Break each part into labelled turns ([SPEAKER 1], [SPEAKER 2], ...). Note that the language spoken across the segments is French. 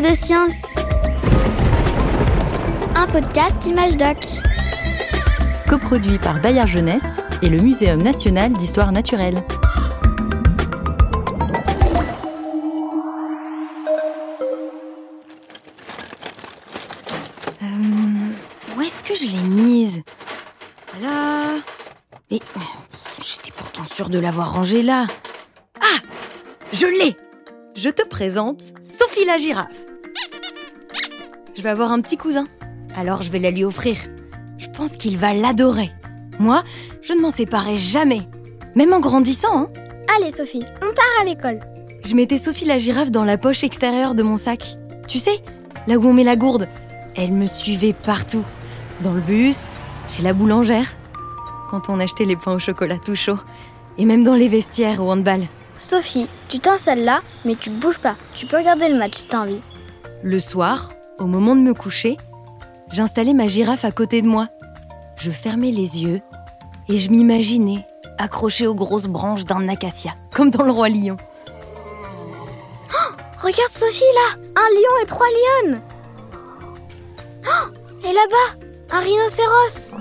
[SPEAKER 1] de science. Un podcast Image Doc.
[SPEAKER 2] Coproduit par Bayard Jeunesse et le Muséum national d'histoire naturelle.
[SPEAKER 3] Où est-ce que je l'ai mise Là. Mais oh, j'étais pourtant sûre de l'avoir rangée là. Ah Je l'ai Je te présente Sophie la girafe. Je vais avoir un petit cousin. Alors je vais la lui offrir. Je pense qu'il va l'adorer. Moi, je ne m'en séparais jamais. Même en grandissant, hein.
[SPEAKER 1] Allez Sophie, on part à l'école.
[SPEAKER 3] Je mettais Sophie la girafe dans la poche extérieure de mon sac. Tu sais, là où on met la gourde. Elle me suivait partout. Dans le bus, chez la boulangère, quand on achetait les pains au chocolat tout chaud, et même dans les vestiaires au handball.
[SPEAKER 1] Sophie, tu tends celle-là, mais tu bouges pas. Tu peux regarder le match si t'as envie.
[SPEAKER 3] Le soir, au moment de me coucher, j'installais ma girafe à côté de moi. Je fermais les yeux et je m'imaginais accrochée aux grosses branches d'un acacia, comme dans le roi lion.
[SPEAKER 1] Regarde Sophie là, un lion et trois lionnes. Oh, et là-bas, un rhinocéros.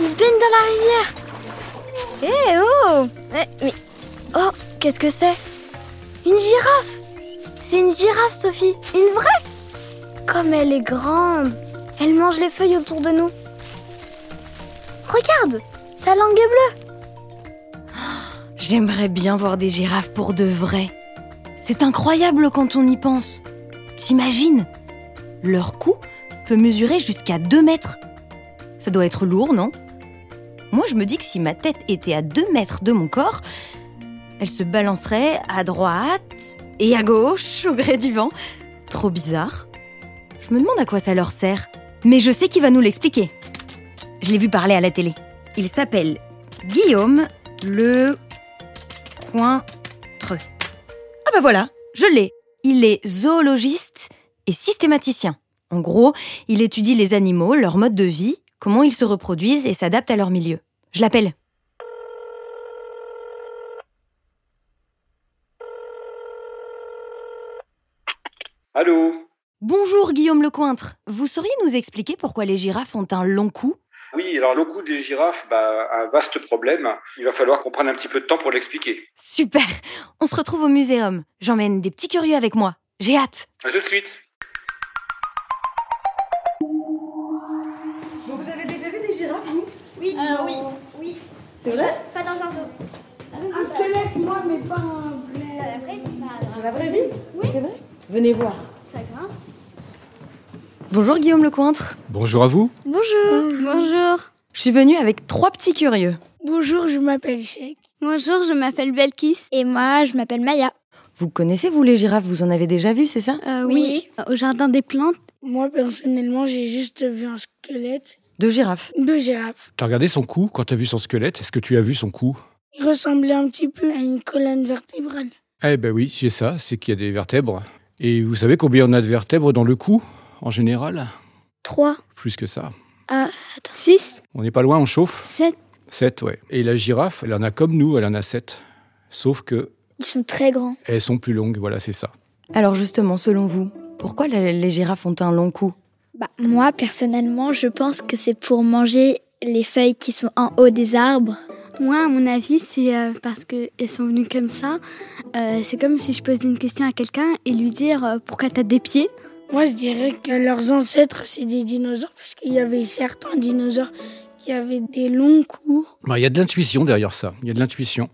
[SPEAKER 1] Il se baigne dans la rivière. Eh oh Eh, Mais oh, qu'est-ce que c'est Une girafe. C'est une girafe Sophie, une vraie. Comme elle est grande. Elle mange les feuilles autour de nous. Regarde, sa langue est bleue.
[SPEAKER 3] J'aimerais bien voir des girafes pour de vrai. C'est incroyable quand on y pense. T'imagines Leur cou peut mesurer jusqu'à 2 mètres. Ça doit être lourd, non Moi, je me dis que si ma tête était à 2 mètres de mon corps, elle se balancerait à droite et à gauche au gré du vent. Trop bizarre. Je me demande à quoi ça leur sert. Mais je sais qui va nous l'expliquer. Je l'ai vu parler à la télé. Il s'appelle Guillaume le Cointreux. Ah bah voilà, je l'ai. Il est zoologiste et systématicien. En gros, il étudie les animaux, leur mode de vie, comment ils se reproduisent et s'adaptent à leur milieu. Je l'appelle.
[SPEAKER 4] Allô
[SPEAKER 3] Bonjour Guillaume Lecointre. Vous sauriez nous expliquer pourquoi les girafes ont un long cou
[SPEAKER 4] Oui, alors le coup des girafes, bah, un vaste problème. Il va falloir qu'on prenne un petit peu de temps pour l'expliquer.
[SPEAKER 3] Super On se retrouve au muséum. J'emmène des petits curieux avec moi. J'ai hâte.
[SPEAKER 4] À tout de suite.
[SPEAKER 5] Bon, vous avez déjà vu des girafes, vous
[SPEAKER 6] Oui. Euh, oui. Oui.
[SPEAKER 5] C'est vrai
[SPEAKER 6] Pas dans un zoo.
[SPEAKER 5] Un squelette, moi, mais pas un vrai. Dans la vraie vie
[SPEAKER 6] Oui.
[SPEAKER 5] C'est vrai Venez voir.
[SPEAKER 6] Ça grince.
[SPEAKER 3] Bonjour Guillaume Lecointre.
[SPEAKER 7] Bonjour à vous.
[SPEAKER 6] Bonjour. Bonjour.
[SPEAKER 3] Je suis venue avec trois petits curieux.
[SPEAKER 5] Bonjour, je m'appelle Sheik.
[SPEAKER 6] Bonjour, je m'appelle Belkis. Et moi, je m'appelle Maya.
[SPEAKER 3] Vous connaissez, vous, les girafes Vous en avez déjà vu, c'est ça
[SPEAKER 6] Euh, oui. Au jardin des plantes.
[SPEAKER 5] Moi, personnellement, j'ai juste vu un squelette
[SPEAKER 3] Deux girafes.
[SPEAKER 5] de girafe.
[SPEAKER 7] T'as regardé son cou quand t'as vu son squelette Est-ce que tu as vu son cou
[SPEAKER 5] Il ressemblait un petit peu à une colonne vertébrale.
[SPEAKER 7] Eh ben oui, c'est ça, c'est qu'il y a des vertèbres. Et vous savez combien on a de vertèbres dans le cou, en général
[SPEAKER 6] 3.
[SPEAKER 7] Plus que ça.
[SPEAKER 6] 6.
[SPEAKER 7] On n'est pas loin, on chauffe
[SPEAKER 6] 7.
[SPEAKER 7] Sept, ouais. Et la girafe, elle en a comme nous, elle en a sept. Sauf que
[SPEAKER 6] Ils sont très grands.
[SPEAKER 7] elles sont plus longues, voilà, c'est ça.
[SPEAKER 3] Alors justement, selon vous, pourquoi la- les girafes ont un long cou
[SPEAKER 6] Bah, moi, personnellement, je pense que c'est pour manger les feuilles qui sont en haut des arbres. Moi, à mon avis, c'est euh, parce qu'elles sont venues comme ça. Euh, c'est comme si je posais une question à quelqu'un et lui dire euh, pourquoi t'as des pieds.
[SPEAKER 5] Moi, je dirais que leurs ancêtres, c'est des dinosaures, parce qu'il y avait certains dinosaures qui avaient des longs coups.
[SPEAKER 7] Bah, Il y a de l'intuition derrière ça. Il y a de l'intuition.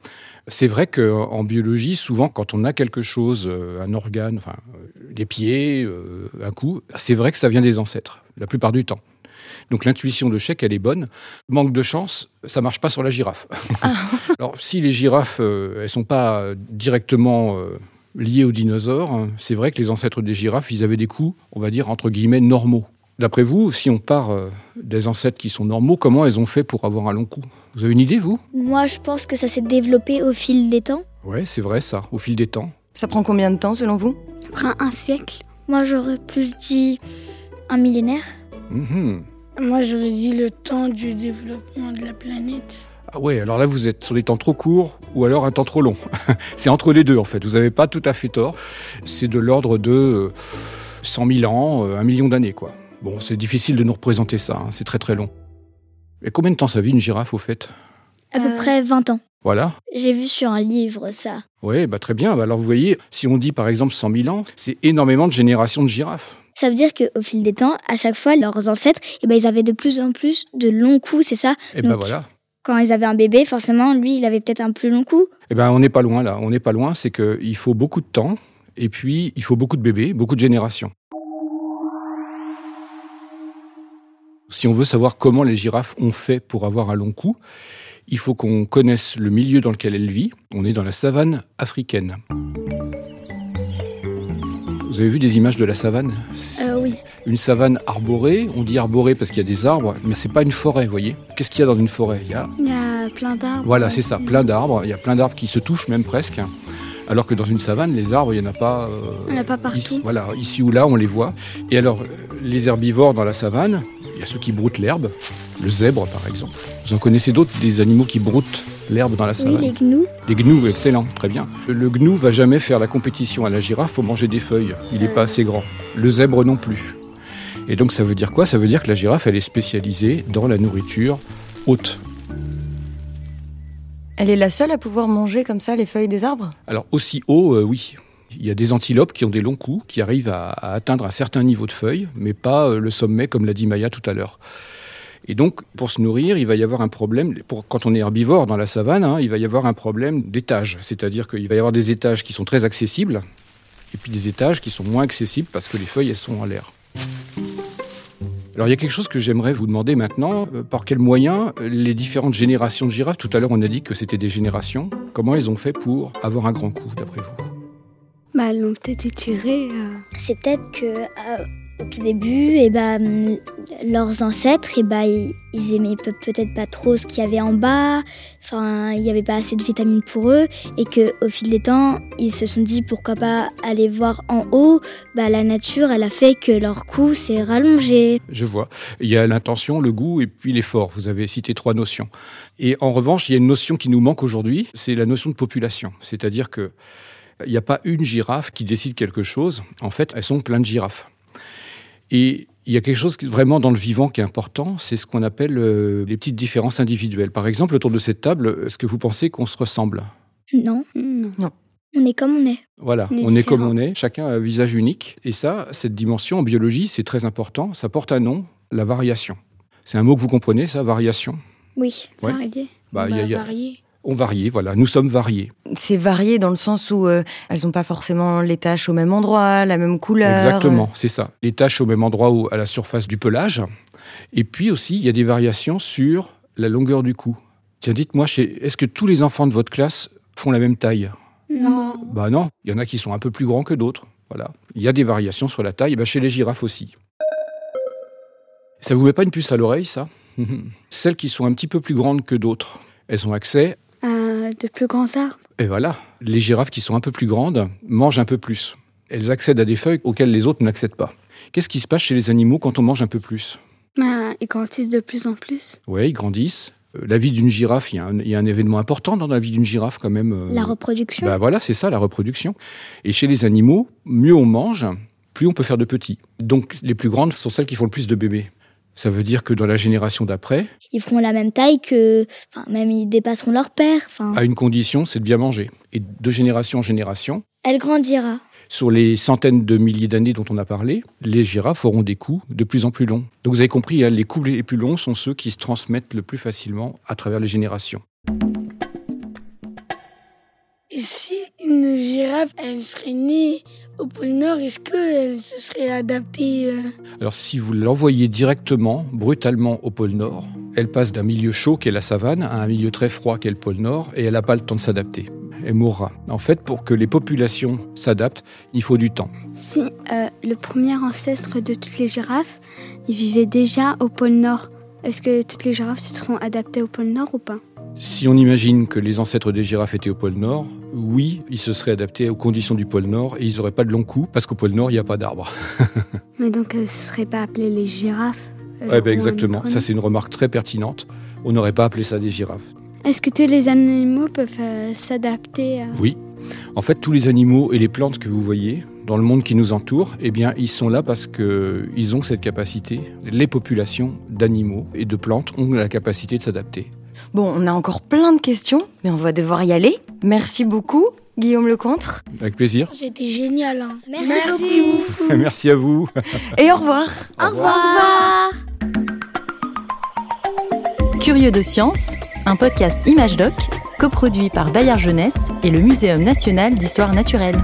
[SPEAKER 7] C'est vrai qu'en biologie, souvent, quand on a quelque chose, euh, un organe, enfin, euh, des pieds, euh, un cou, c'est vrai que ça vient des ancêtres, la plupart du temps. Donc l'intuition de chèque, elle est bonne. Manque de chance, ça marche pas sur la girafe. Alors si les girafes, euh, elles sont pas euh, directement euh, liées aux dinosaures, hein, c'est vrai que les ancêtres des girafes, ils avaient des coups, on va dire entre guillemets normaux. D'après vous, si on part euh, des ancêtres qui sont normaux, comment elles ont fait pour avoir un long cou Vous avez une idée, vous
[SPEAKER 6] Moi, je pense que ça s'est développé au fil des temps.
[SPEAKER 7] Ouais, c'est vrai ça, au fil des temps.
[SPEAKER 3] Ça prend combien de temps selon vous
[SPEAKER 6] Après un siècle. Moi, j'aurais plus dit un millénaire.
[SPEAKER 7] Mhm.
[SPEAKER 5] Moi, j'aurais dit le temps du développement de la planète.
[SPEAKER 7] Ah ouais, alors là, vous êtes sur des temps trop courts ou alors un temps trop long. c'est entre les deux, en fait. Vous n'avez pas tout à fait tort. C'est de l'ordre de euh, 100 000 ans, euh, un million d'années, quoi. Bon, c'est difficile de nous représenter ça. hein, C'est très, très long. Et combien de temps ça vit une girafe, au fait
[SPEAKER 6] À peu
[SPEAKER 1] Euh.
[SPEAKER 6] près 20 ans.
[SPEAKER 7] Voilà.
[SPEAKER 6] J'ai vu sur un livre ça.
[SPEAKER 7] Oui, bah très bien. Bah alors, vous voyez, si on dit par exemple 100 000 ans, c'est énormément de générations de girafes.
[SPEAKER 6] Ça veut dire qu'au fil des temps, à chaque fois, leurs ancêtres, eh ben, ils avaient de plus en plus de longs coups, c'est ça
[SPEAKER 7] Et ben
[SPEAKER 6] Donc,
[SPEAKER 7] voilà.
[SPEAKER 6] Quand ils avaient un bébé, forcément, lui, il avait peut-être un plus long cou.
[SPEAKER 7] Eh ben, on n'est pas loin là. On n'est pas loin, c'est qu'il faut beaucoup de temps et puis il faut beaucoup de bébés, beaucoup de générations. Si on veut savoir comment les girafes ont fait pour avoir un long cou, il faut qu'on connaisse le milieu dans lequel elles vivent. On est dans la savane africaine. Vous avez vu des images de la savane
[SPEAKER 6] Euh, oui.
[SPEAKER 7] une savane arborée. On dit arborée parce qu'il y a des arbres, mais c'est pas une forêt, vous voyez. Qu'est-ce qu'il y a dans une forêt Il y a
[SPEAKER 6] Il y a plein d'arbres.
[SPEAKER 7] voilà, c'est ça, plein d'arbres. Il y a plein d'arbres qui se touchent même presque. Alors que dans une savane, les arbres, il n'y en a pas. euh,
[SPEAKER 6] Il n'y en a pas partout.
[SPEAKER 7] Ici, voilà, ici ou là, on les voit. Et alors, euh, les herbivores dans la savane, il y a ceux qui broutent l'herbe, le zèbre par exemple. Vous en connaissez d'autres, des animaux qui broutent l'herbe dans la
[SPEAKER 6] Oui,
[SPEAKER 7] savane
[SPEAKER 6] les gnous.
[SPEAKER 7] les gnous, excellent, très bien. Le gnou va jamais faire la compétition à la girafe pour manger des feuilles. Il n'est pas assez grand. Le zèbre non plus. Et donc ça veut dire quoi Ça veut dire que la girafe, elle est spécialisée dans la nourriture haute.
[SPEAKER 3] Elle est la seule à pouvoir manger comme ça les feuilles des arbres
[SPEAKER 7] Alors aussi haut, euh, oui. Il y a des antilopes qui ont des longs coups, qui arrivent à, à atteindre un certain niveau de feuilles, mais pas euh, le sommet comme l'a dit Maya tout à l'heure. Et donc, pour se nourrir, il va y avoir un problème, pour, quand on est herbivore dans la savane, hein, il va y avoir un problème d'étage. C'est-à-dire qu'il va y avoir des étages qui sont très accessibles, et puis des étages qui sont moins accessibles parce que les feuilles, elles sont en l'air. Alors, il y a quelque chose que j'aimerais vous demander maintenant. euh, par quels moyens euh, les différentes générations de girafes, tout à l'heure on a dit que c'était des générations, comment elles ont fait pour avoir un grand coup, d'après vous
[SPEAKER 1] Bah, elles l'ont peut-être étiré. euh.
[SPEAKER 6] C'est peut-être que euh, au tout début, eh ben, hum, leurs ancêtres, eh ben, ils, ils aimaient pe- peut-être pas trop ce qu'il y avait en bas. Enfin, il n'y avait pas assez de vitamines pour eux, et que au fil des temps, ils se sont dit pourquoi pas aller voir en haut. Bah, la nature, elle a fait que leur cou s'est rallongé.
[SPEAKER 7] Je vois. Il y a l'intention, le goût et puis l'effort. Vous avez cité trois notions. Et en revanche, il y a une notion qui nous manque aujourd'hui, c'est la notion de population. C'est-à-dire que il n'y a pas une girafe qui décide quelque chose. En fait, elles sont plein de girafes. Et il y a quelque chose qui- vraiment dans le vivant qui est important, c'est ce qu'on appelle euh, les petites différences individuelles. Par exemple, autour de cette table, est-ce que vous pensez qu'on se ressemble
[SPEAKER 6] Non,
[SPEAKER 1] Non.
[SPEAKER 6] on est comme on est.
[SPEAKER 7] voilà,
[SPEAKER 1] On est
[SPEAKER 7] on est comme
[SPEAKER 1] différents.
[SPEAKER 7] on est, chacun a un visage unique. Et ça, cette dimension en biologie, c'est très important. Ça porte un nom, la variation. C'est un mot que vous comprenez, ça, variation
[SPEAKER 6] Oui.
[SPEAKER 7] Ouais.
[SPEAKER 1] Varié.
[SPEAKER 7] Bah, il y a- il y a-
[SPEAKER 5] varié.
[SPEAKER 7] On varie, voilà, nous sommes variés.
[SPEAKER 3] C'est varié dans le sens où euh, elles n'ont pas forcément les taches au même endroit, la même couleur. euh.
[SPEAKER 7] Exactement, c'est ça. Les taches au même endroit ou à la surface du pelage. Et puis aussi, il y a des variations sur la longueur du cou. Tiens, dites-moi, chez- est-ce que tous les enfants de votre classe font la même taille
[SPEAKER 1] Non.
[SPEAKER 7] Bah non, il y en a qui sont un peu plus grands que d'autres. Voilà. Il y a des variations sur la taille, et bah chez les girafes aussi. Ça vous met pas une puce à l'oreille, ça Celles qui sont un petit peu plus grandes que d'autres, elles ont accès,
[SPEAKER 1] Euh, de plus grands arbres.
[SPEAKER 7] et voilà, les girafes qui sont un peu plus grandes mangent un peu plus. Elles accèdent à des feuilles auxquelles les autres n'accèdent pas. Qu'est-ce qui se passe chez les animaux quand on mange un peu plus
[SPEAKER 1] Bah, ils grandissent de plus en plus.
[SPEAKER 7] Ouais, ils grandissent. Euh, La vie d'une girafe, il y, a un- il y a un événement important dans la vie d'une girafe quand même. euh,
[SPEAKER 6] La reproduction.
[SPEAKER 7] Bah voilà, c'est ça la reproduction. Et chez les animaux, mieux on mange, plus on peut faire de petits. Donc les plus grandes sont celles qui font le plus de bébés. Ça veut dire que dans la génération d'après,
[SPEAKER 6] Ils feront la même taille que, enfin, même ils dépasseront leur père. Enfin,
[SPEAKER 7] à une condition, c'est de bien manger. Et de génération en génération,
[SPEAKER 6] elle grandira.
[SPEAKER 7] sur les centaines de milliers d'années dont on a parlé, les girafes auront des coups de plus en plus longs. Donc vous avez compris, hein, les coups les plus longs sont ceux qui se transmettent le plus facilement à travers les générations.
[SPEAKER 5] Et si une girafe, elle serait née au pôle Nord, est-ce qu'elle se serait adaptée euh,
[SPEAKER 7] Alors si vous l'envoyez directement, brutalement au pôle Nord, elle passe d'un milieu chaud qu'est la savane à un milieu très froid qu'est le pôle Nord et elle n'a pas le temps de s'adapter. Elle mourra. En fait, pour que les populations s'adaptent, il faut du temps.
[SPEAKER 1] Si euh, le premier ancêtre de toutes les girafes, il vivait déjà au pôle Nord, est-ce que toutes les girafes se seront adaptées au pôle Nord ou pas
[SPEAKER 7] Si on imagine que les ancêtres des girafes étaient au pôle Nord, oui, ils se seraient adaptés aux conditions du pôle Nord et ils n'auraient pas de long cou parce qu'au pôle Nord, il n'y a pas d'arbres.
[SPEAKER 1] Mais donc, euh, ce serait pas appelé les girafes euh, ou
[SPEAKER 7] Ouais,
[SPEAKER 1] un
[SPEAKER 7] ben exactement.
[SPEAKER 1] autre
[SPEAKER 7] Ça,
[SPEAKER 1] nom.
[SPEAKER 7] c'est une remarque très pertinente. On n'aurait pas appelé ça des girafes.
[SPEAKER 6] Est-ce que tous les animaux peuvent euh, s'adapter à...
[SPEAKER 7] Oui. En fait, tous les animaux et les plantes que vous voyez dans le monde qui nous entoure, eh bien, ils sont là parce qu'ils ont cette capacité. Les populations d'animaux et de plantes ont la capacité de s'adapter.
[SPEAKER 3] Bon, on a encore plein de questions, mais on va devoir y aller. Merci beaucoup, Guillaume Lecontre.
[SPEAKER 7] Avec plaisir.
[SPEAKER 5] C'était génial. hein.
[SPEAKER 1] Merci,
[SPEAKER 5] beaucoup.
[SPEAKER 7] Merci à vous.
[SPEAKER 3] Et au revoir.
[SPEAKER 1] Au revoir.
[SPEAKER 2] Curieux de science, un podcast Image Doc, coproduit par Bayard Jeunesse et le Muséum national d'histoire naturelle.